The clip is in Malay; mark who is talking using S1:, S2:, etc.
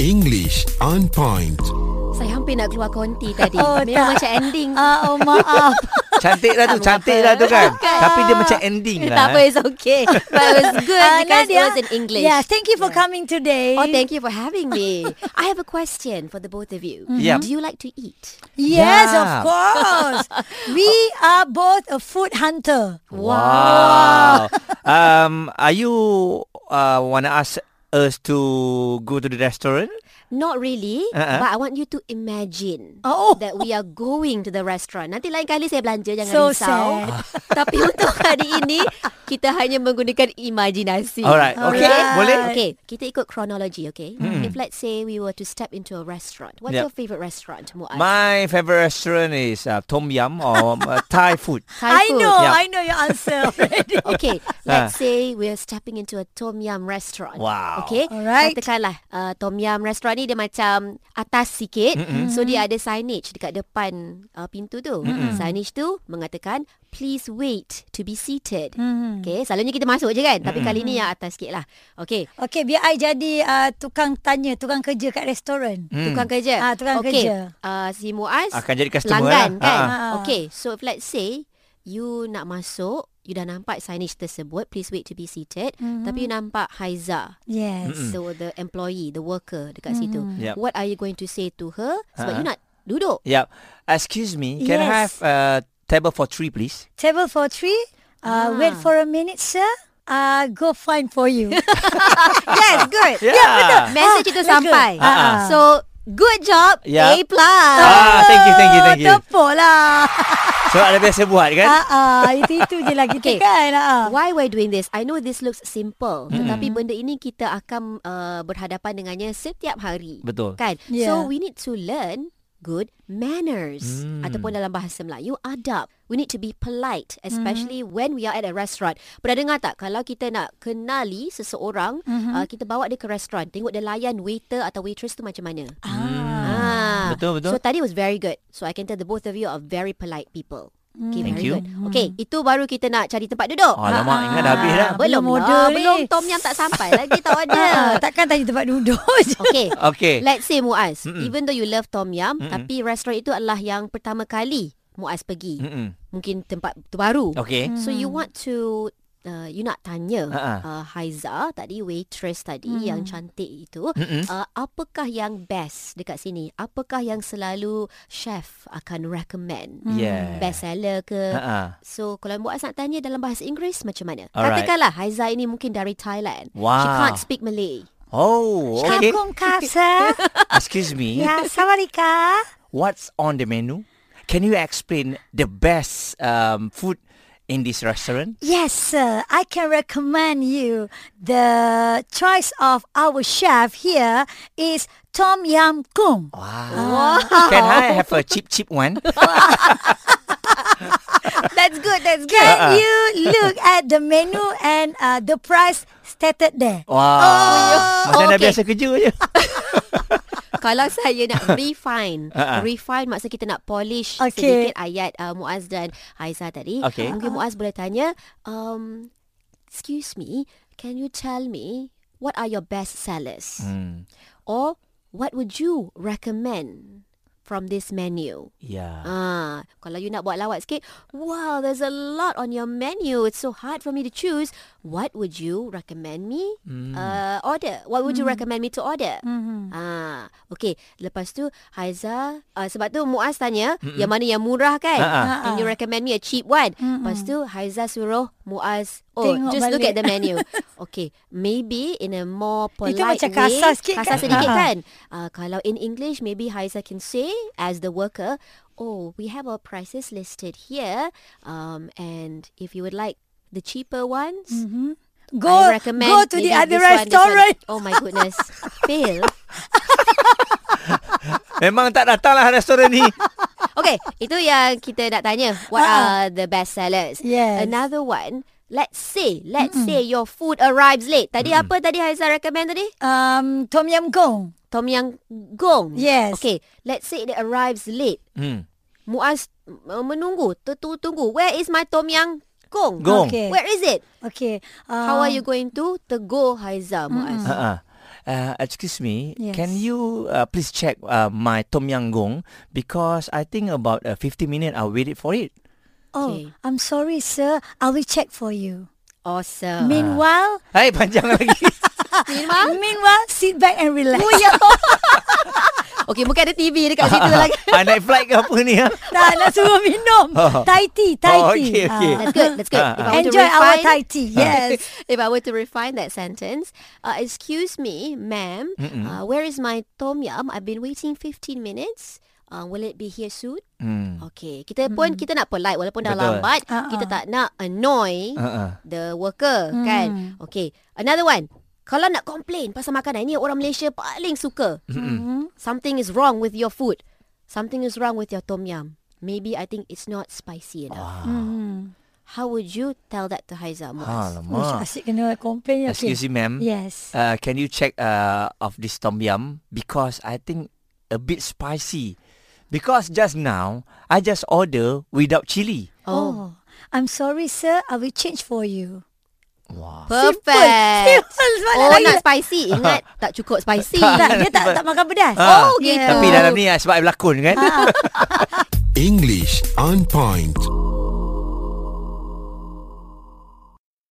S1: English on point.
S2: Saya hampir nak keluar konti tadi.
S3: Oh,
S2: Memang
S3: tak.
S2: macam ending.
S3: Ah, oh maaf.
S4: Cantik lah tu
S2: Tak
S4: Cantik
S2: apa.
S4: lah tu kan
S2: Bukan.
S4: Tapi dia macam ending
S2: tak
S4: lah
S2: apa, it's okay. But it was good
S3: Ah,
S2: because
S3: Nadia.
S2: it was in English.
S3: Yeah, thank you for coming today.
S2: Oh, thank you for having me. I have a question for the both of you.
S3: Mm-hmm.
S4: Yeah.
S2: Do you like to eat?
S3: Yes, of
S4: Yeah.
S3: course. we are both a food hunter.
S4: Wow um, Are you uh, Wanna ask us to Go to the restaurant
S2: Not really,
S4: Uh-uh.
S2: but I want you to imagine
S3: Oh.
S2: that we are going to the restaurant. Nanti lain kali saya belanja jangan
S3: So
S2: risau.
S3: sad.
S2: Tapi untuk hari ini kita hanya menggunakan imajinasi.
S4: Alright Okay
S3: Alright.
S4: Boleh Hmm.
S2: Okay, kita ikut chronology, okay? If let's say we were to step into a restaurant, what's
S4: Yeah.
S2: your favorite restaurant, Muaz?
S4: My favorite restaurant is uh, Tom Yum or uh, Thai food
S2: Thai
S3: I
S2: food.
S3: know,
S4: Yeah.
S3: I know your answer already.
S2: Okay, let's say we're stepping into a tom yum restaurant.
S4: Ah. Wow.
S2: Okay.
S3: Alright.
S2: Katakanlah uh, tom yum restaurant ni dia macam atas sikit. Mm-mm. So dia ada signage dekat depan uh, pintu tu. Mm-mm. Signage tu mengatakan please wait to be seated. Mm-hmm. Okay, selalunya kita masuk je kan. Tapi kali ni yang atas sikit lah. Okay.
S3: Okay, biar I jadi uh, tukang tanya, tukang kerja kat restoran.
S4: Mm.
S2: Tukang kerja.
S3: Ah, tukang
S2: okay.
S3: kerja.
S2: Uh, si Muaz
S4: Akan jadi customer
S2: pelanggan
S4: lah.
S2: kan.
S4: Ah,
S3: ah.
S2: Okay, so if let's say you nak masuk, you dah nampak signage tersebut, please wait to be seated, mm-hmm. tapi you nampak Haiza.
S3: Yes.
S2: So the employee, the worker dekat mm-hmm. situ.
S4: Yep.
S2: What are you going to say to her sebab
S4: Ah.
S2: you nak duduk?
S4: Yeah Excuse me Can I have
S3: Yes.
S4: uh, Table for three please
S3: Table for three.
S2: Ah.
S3: Uh, Wait for a minute, sir. Uh, go find for you.
S2: yes, good.
S4: Yeah, yeah betul
S2: Message itu sampai.
S4: Ah, ah.
S2: So good job.
S4: Yeah.
S2: A plus.
S4: Ah, thank you, thank you, thank you.
S3: Tepuk lah.
S4: So ada biasa buat kan
S3: Ah, ah, itu itu je lah
S2: Okay.
S3: kita kan. Ah.
S2: Why we're doing this? I know this looks simple, mm. tetapi benda ini kita akan uh, berhadapan dengannya setiap hari.
S4: Betul.
S2: Kan?
S3: Yeah.
S2: So we need to learn good manners
S4: Hmm.
S2: ataupun dalam bahasa Melayu adab. We need to be polite especially mm-hmm. when we are at a restaurant. Pernah dengar tak kalau kita nak kenali seseorang, mm-hmm. uh, kita bawa dia ke restoran, tengok dia layan waiter atau waitress tu macam mana.
S3: Ah.
S2: Ah.
S4: Betul,
S2: So
S4: betul.
S2: tadi was very good. So I can tell the both of you are very polite people.
S3: Mm.
S2: Okay,
S4: Thank
S2: very
S4: you.
S2: good. Okay, itu baru kita nak cari tempat duduk.
S4: Alamak,
S2: Ha-ha.
S4: Ah, ingat dah habis dah.
S2: Belum
S3: Belum
S2: order
S3: order ni.
S2: Belum tom yum tak sampai lagi tak order.
S3: Ah, takkan tanya tempat duduk je.
S2: okay.
S4: Okay
S2: Let's say Muaz,
S4: Eh. Mm-mm.
S2: even though you love tom yum,
S4: Mm-mm.
S2: tapi restoran itu adalah yang pertama kali Muaz pergi.
S4: Mm-mm. Oh.
S2: Mungkin tempat tu baru.
S4: Okay
S2: So you want to uh, you nak tanya
S4: Ha-ha.
S2: uh, Haiza tadi waitress tadi yang cantik itu
S4: Mm-mm.
S2: uh, apakah yang best dekat sini apakah yang selalu chef akan recommend
S4: Yeah
S2: best seller ke
S4: uh-uh.
S2: So kalau Muaz nak tanya dalam bahasa Inggris macam mana?
S4: Alright.
S2: Katakanlah Haiza ini mungkin dari Thailand. She
S4: Wow.
S2: can't speak Malay.
S4: Oh okay
S3: Kakum kasa.
S4: Excuse me
S3: ya, sawadika.
S4: What's on the menu? Can you explain the best um, food in this restaurant?
S3: Yes, sir. I can recommend you the choice of our chef here is Tom Yam Ah. Kung.
S4: Wow. Can I have a cheap, cheap one?
S2: That's good. That's good.
S3: Can
S4: Ah.
S3: you look at the menu and uh, the price stated there?
S4: Wow. Macam dah
S2: okay.
S4: biasa kerja je.
S2: kalau saya nak refine,
S4: Ha-ha.
S2: refine maksud kita nak polish
S3: Okay.
S2: sedikit ayat uh, Muaz dan Haiza tadi.
S4: Okay.
S2: Mungkin Muaz boleh tanya, um, excuse me, can you tell me what are your best sellers?
S4: Hmm.
S2: Or what would you recommend from this menu?
S4: Yeah.
S2: Ah, kalau you nak buat lawak sikit, wow, there's a lot on your menu. It's so hard for me to choose. What would you recommend me
S4: Hmm.
S2: uh, order? What would you recommend me to order? Ah, okay. Lepas tu Haiza, uh, sebab tu Muaz tanya yang mana yang murah kan?
S4: Hmm. Ah, ah.
S2: Can you recommend me a cheap one? Lepas tu Haiza suruh Muaz, oh,
S3: Tengok
S2: just look at
S3: balik.
S2: the menu. okay, maybe in a more polite
S3: Itu macam
S2: way,
S3: kasar sikit
S2: kasar
S3: kan?
S2: sedikit
S3: Ah.
S2: kan? Uh, kalau in English, maybe Haiza can say as the worker, oh, we have our prices listed here, um, and if you would like the cheaper ones,
S3: Mm-hmm. Go,
S2: I recommend
S3: go to
S2: maybe
S3: the other
S2: this one, this one."
S3: restaurant.
S2: Oh my goodness, fail.
S4: Memang tak datanglah restoran ni.
S2: Okay, itu yang kita nak tanya. What
S3: Ha-ha.
S2: are the best sellers?
S3: Yes.
S2: Another one. Let's say, let's say your food arrives late. Tadi apa tadi Haiza recommend tadi?
S3: Um, Tom Yam Kung.
S2: Tom Yam Gong.
S3: Yes.
S2: Okay, let's say it arrives late.
S4: Hmm.
S2: Muaz uh, menunggu, tertunggu. Where is my Tom Yam Gong?
S4: Gong.
S3: Okay.
S2: Where is it?
S3: Okay. Um,
S2: How are you going to tegur Haiza Muaz?
S4: Uh-uh. uh, excuse me,
S3: Yes.
S4: can you uh, please check uh, my tom yam goong because I think about uh, 50 minutes I waited for it.
S3: Oh,
S2: Okay.
S3: I'm sorry, sir. I will check for you.
S4: Ah.
S2: Awesome.
S3: Meanwhile,
S4: Hai panjang lagi.
S2: Meanwhile,
S3: meanwhile, sit back and relax.
S2: oh ya. Okey, mungkin ada TV dekat situ lagi.
S4: ah, naik flight ke apa ni? Ha?
S3: tak nak suruh minum.
S4: Oh.
S3: Thai tea, Thai
S4: Oh,
S3: tea.
S4: okay, okay.
S3: Ah.
S2: That's good. That's good.
S4: Ah,
S2: If I
S4: ah.
S2: were to
S3: Enjoy our
S2: refine-
S3: Thai tea. Yes.
S2: if I were to refine that sentence, uh, excuse me, ma'am, uh, where is my tom yum? I've been waiting 15 minutes. Uh, will it be here soon?
S4: Hmm.
S2: Okay. Kita pun kita nak polite walaupun dah
S4: Betul.
S2: lambat,
S3: Ah,
S2: kita
S3: ah.
S2: tak nak annoy
S4: Uh-uh.
S2: the worker kan.
S3: Hmm.
S2: Okay. Another one. Kalau nak complain pasal makanan ni orang Malaysia paling suka.
S3: Hmm.
S2: Something is wrong with your food. Something is wrong with your tom yum. Maybe I think it's not spicy enough.
S3: Hmm.
S2: How would you tell that to Haiza Muaz?
S3: Ush,
S4: Alamak.
S3: asyik kena complain. Okay.
S4: Ah. Excuse me, ma'am.
S3: Yes.
S4: Uh, can you check uh, of this tom yum because I think a bit spicy. Because just now I just order without chili.
S3: Oh. I'm sorry, sir. I will change for you.
S4: Wah.
S2: Perfect.
S3: Simple. Simple.
S2: Oh nak spicy Ingat tak cukup spicy
S3: Tak, dia tak, tak makan pedas.
S4: Ah.
S2: Oh, gitu.
S4: Tapi dalam ni ah, sebab I berlakon kan.
S1: English on point.